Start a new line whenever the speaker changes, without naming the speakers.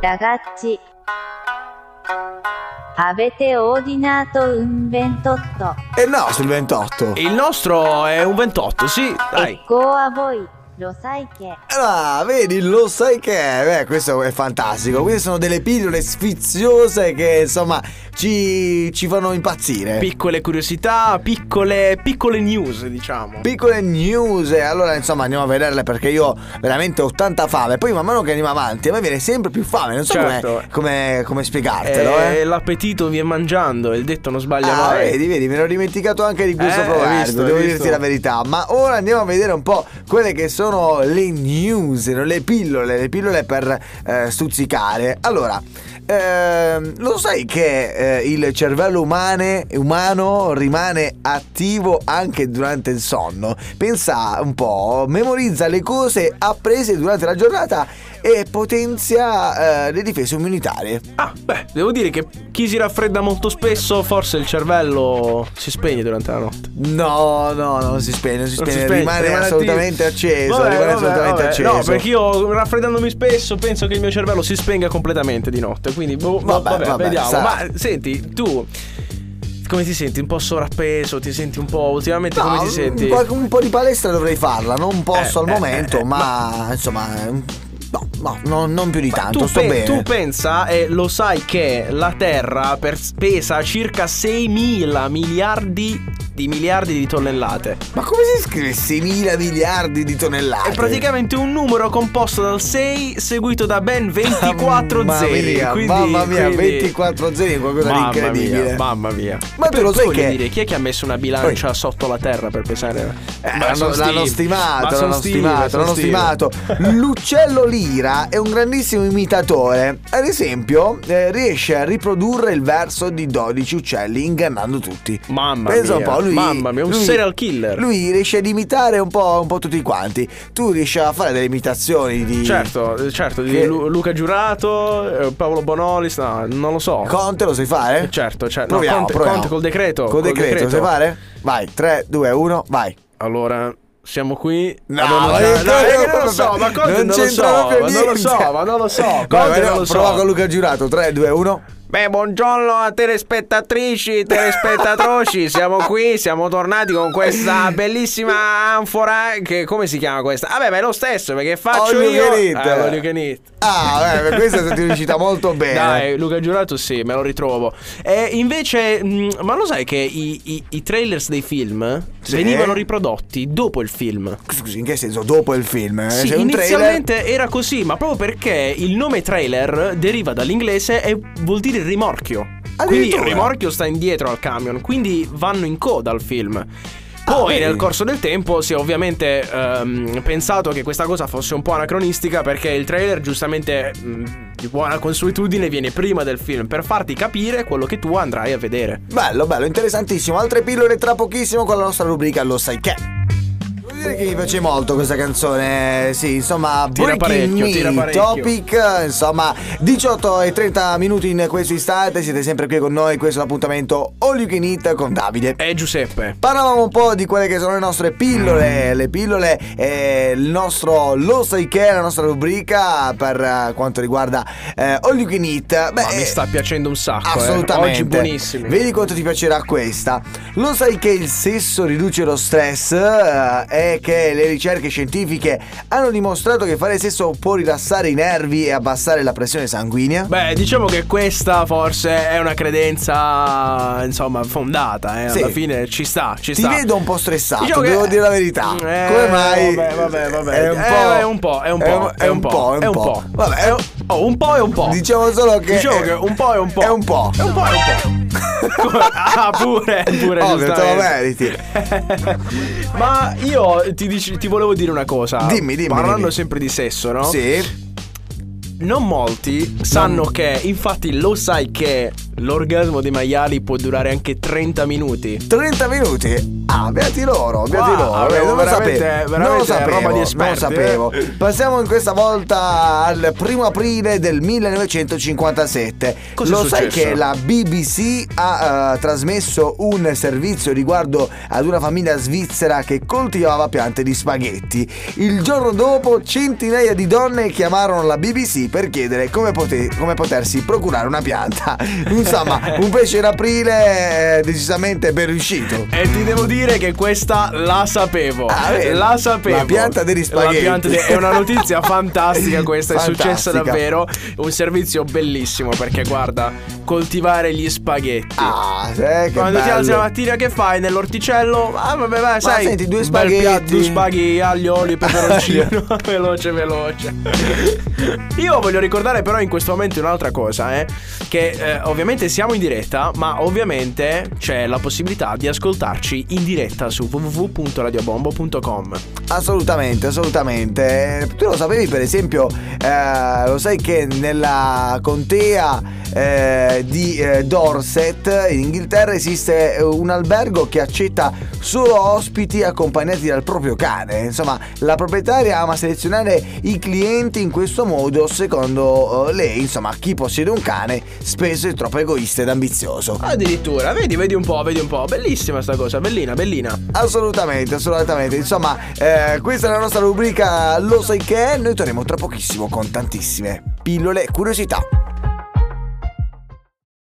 Ragazzi, avete ordinato un 28.
E Eh no, sul 28.
Il nostro è un 28, sì, dai.
Ecco a voi, lo sai che.
Ah, vedi, lo sai che è? Beh, questo è fantastico. Queste sono delle pillole sfiziose che, insomma, ci, ci fanno impazzire.
Piccole curiosità, piccole, piccole news, diciamo.
Piccole news, eh, allora insomma andiamo a vederle perché io veramente ho tanta fame. Poi man mano che andiamo avanti, a me viene sempre più fame, non so come-
Certo.
come, come spiegartelo.
Eh,
Eh,
L'appetito vi è mangiando, il detto non sbaglia
Ah,
mai.
vedi, vedi, me l'ho dimenticato anche di questo
Eh,
proverbio,
hai visto, hai
devo
visto.
dirti la verità. Ma ora andiamo a vedere un po' quelle che sono le news, no? le pillole, le pillole per eh, stuzzicare. Allora, ehm, lo sai che eh, il cervello umane- umano rimane attivo anche durante il sonno? Pensa un po', memorizza le cose apprese durante la giornata e potenzia eh, le difese immunitarie.
Ah, beh, devo dire che chi si raffredda molto spesso, forse il cervello si spegne durante la notte.
No, no, non si spegne, non si
Non
spegne,
si spegne,
rimane,
attivo.
assolutamente acceso,
Vabbè,
rimane
vabbè,
assolutamente
vabbè.
acceso.
No, perché io raffreddandomi spesso penso che il mio cervello si spenga completamente di notte. Quindi, boh,
Vabbè,
vabbè, vabbè,
vabbè,
vediamo.
sarà.
Ma senti, tu come ti senti? Un po' sovrappeso? Ti senti un po'. Ultimamente come ti senti?
Un, qualche- un po' di palestra dovrei farla, non posso
Eh,
al
eh,
momento,
eh,
ma, insomma, eh, no, no, no, non più di tanto,
tu,
sto
pe-
bene.
tu pensa e lo sai che la Terra per- pesa circa 6.000 miliardi di miliardi di tonnellate.
ma come si scrive 6.000 miliardi di tonnellate?
È praticamente un numero composto dal 6 seguito da ben 24
mamma
zeri.
Mia,
quindi-
mamma mia,
quindi-
24 zeri è qualcosa
Mamma
di incredibile.
mia, mamma mia.
Ma tu lo sai
voglio
che-
dire, chi è che ha messo una bilancia sotto la terra per pesare?
Eh,
Ma
l'hanno,
son
l'hanno
Steve. Ma
stimato,
son
l'hanno
Steve,
stimato,
son
l'hanno
Steve.
stimato. L'uccello lira è un grandissimo imitatore. Ad esempio, eh, riesce a riprodurre il verso di 12 uccelli ingannando tutti.
Mamma
Pensa un
mia,
po', lui,
mamma mia, un
lui-
serial killer.
Lui riesce ad imitare un po', un po' tutti quanti. Tu riesci a fare delle imitazioni di
Certo, eh, certo, di
Che-
Lu- Luca Giurato, eh, Paolo Bonolis, no, non lo so.
Conte, lo sai fare?
Eh, certo, certo. No,
Proviamo,
Conte-
proviamo.
Conte col decreto,
Col,
col
decreto, lo sai
decreto.
fare? Vai, 3, 2, 1, vai.
Allora, siamo qui.
No, eh,
Ma non,
ma
no,
io-
no, è che non
non
lo so, ma Conte
non
non, lo so,
c'entra
ma
proprio
non lo
niente.
so, ma non lo so.
Vai,
Conte
vai,
non
no,
lo so.
Prova con Luca Giurato, 3, 2, 1.
Beh, buongiorno a telespettatrici, telespettatroci, siamo qui, siamo tornati con questa bellissima anfora, che come si chiama questa? Vabbè, ma è lo stesso, perché faccio
All you
io...
can eat.
Eh, all you can eat.
Ah, beh, questa è stata riuscita molto bene.
Dai, Luca Giurato sì, me lo ritrovo. E invece, mh, ma lo sai che i, i- i trailers dei film
Sì.
venivano riprodotti dopo il film?
Scusi, in che senso? Dopo il film? eh?
Sì,
C'è un trailer.
inizialmente era così, ma proprio perché il nome trailer deriva dall'inglese e vuol dire rimorchio. Quindi il
Addirittura.
rimorchio sta indietro al camion, quindi vanno in coda al film.
Ah,
Poi
vedi.
nel corso del tempo si è ovviamente ehm, pensato che questa cosa fosse un po' anacronistica perché il trailer giustamente mh, di buona consuetudine viene prima del film per farti capire quello che tu andrai a vedere.
Bello, bello, interessantissimo. Altre pillole tra pochissimo con la nostra rubrica Lo sai che. Devo dire che mi piace molto questa canzone, sì, insomma, Breaking
Tira parecchio,
Me,
tira parecchio.
Topic, insomma, 18 e 30 minuti in questo istante, siete sempre qui con noi, questo è l'appuntamento All You Can Eat con Davide.
È Eh, Giuseppe.
Parlavamo un po' di quelle che sono le nostre
Mm.
pillole, le pillole, eh, il nostro lo sai che è la nostra rubrica per eh, quanto riguarda eh, All You Can Eat. Beh, eh,
ma mi sta piacendo un sacco. eh.
Assolutamente.
Oggi buonissimi.
Vedi quanto ti piacerà questa. Lo sai che il sesso riduce lo stress eh, e che le ricerche scientifiche hanno dimostrato che fare sesso può rilassare i nervi e abbassare la pressione sanguigna?
Beh, diciamo che questa forse è una credenza, insomma, fondata. Eh.
Sì.
Alla fine ci sta, ci
Ti
sta.
vedo un po' stressato,
Diciamo che-
devo dire la verità.
Eh,
Come mai?
Vabbè, vabbè, vabbè.
È un
Eh,
po',
è un po', è un po',
è un po', è un po'. Vabbè, è un-
Oh, un po' è un po'.
Diciamo solo che
Diciamo che un po' è un po'.
È un po'.
È un po', è un po'. Come- ah, pure, pure.
Ovvio, te lo
giustamente.
meriti.
Ma io ti, dici- ti volevo dire una cosa.
Dimmi, dimmi,
Parlando
dimmi.
sempre di sesso, no?
Sì.
Non molti sanno che, infatti lo sai che l'orgasmo dei maiali può durare anche 30 minuti.
30 minuti. Ah, beati loro, beati
Wow,
loro. eh,
avevo
non lo
veramente-
sapevo. Non lo
veramente
sapevo.
roba di
non lo
esperti,
sapevo.
eh.
Passiamo in questa volta al primo aprile del 1957.
Cos'è
lo sai
successo?
che la BBC ha eh, trasmesso un servizio riguardo ad una famiglia svizzera che coltivava piante di spaghetti. Il giorno dopo centinaia di donne chiamarono la BBC per chiedere come, pote- come potersi procurare una pianta. Insomma, un pesce in aprile eh, decisamente ben riuscito.
E ti devo dire che questa la sapevo.
Ah, vedi?
la sapevo.
La pianta degli spaghetti.
La pianta de- È una notizia fantastica questa, è successa
Fantastica.
davvero. Un servizio bellissimo perché guarda, coltivare gli spaghetti.
Ah, sai che
Quando ti
bello.
alzi la mattina che fai nell'orticello? Ah, vabbè, vai, sai,
senti, due
un bel piatto,
spaghetti.
due spaghi, aglio, olio, peperoncino, veloce, veloce. Io voglio ricordare però in questo momento un'altra cosa, eh, che eh, ovviamente siamo in diretta, ma ovviamente c'è la possibilità di ascoltarci in diretta su www.radiobombo.com.
Assolutamente, assolutamente. Eh, Tu lo sapevi per esempio, eh, lo sai che nella contea eh, di eh, Dorset in Inghilterra esiste eh, un albergo che accetta solo ospiti accompagnati dal proprio cane. Insomma, la proprietaria ama selezionare i clienti in questo modo, secondo eh, lei, insomma, chi possiede un cane spesso è troppo egoista ed ambizioso.
Addirittura, vedi, vedi un po', vedi un po', bellissima sta cosa, bellina, bellina.
Assolutamente, assolutamente. Insomma, eh, questa è la nostra rubrica Lo sai che è. Noi torniamo tra pochissimo con tantissime pillole e curiosità.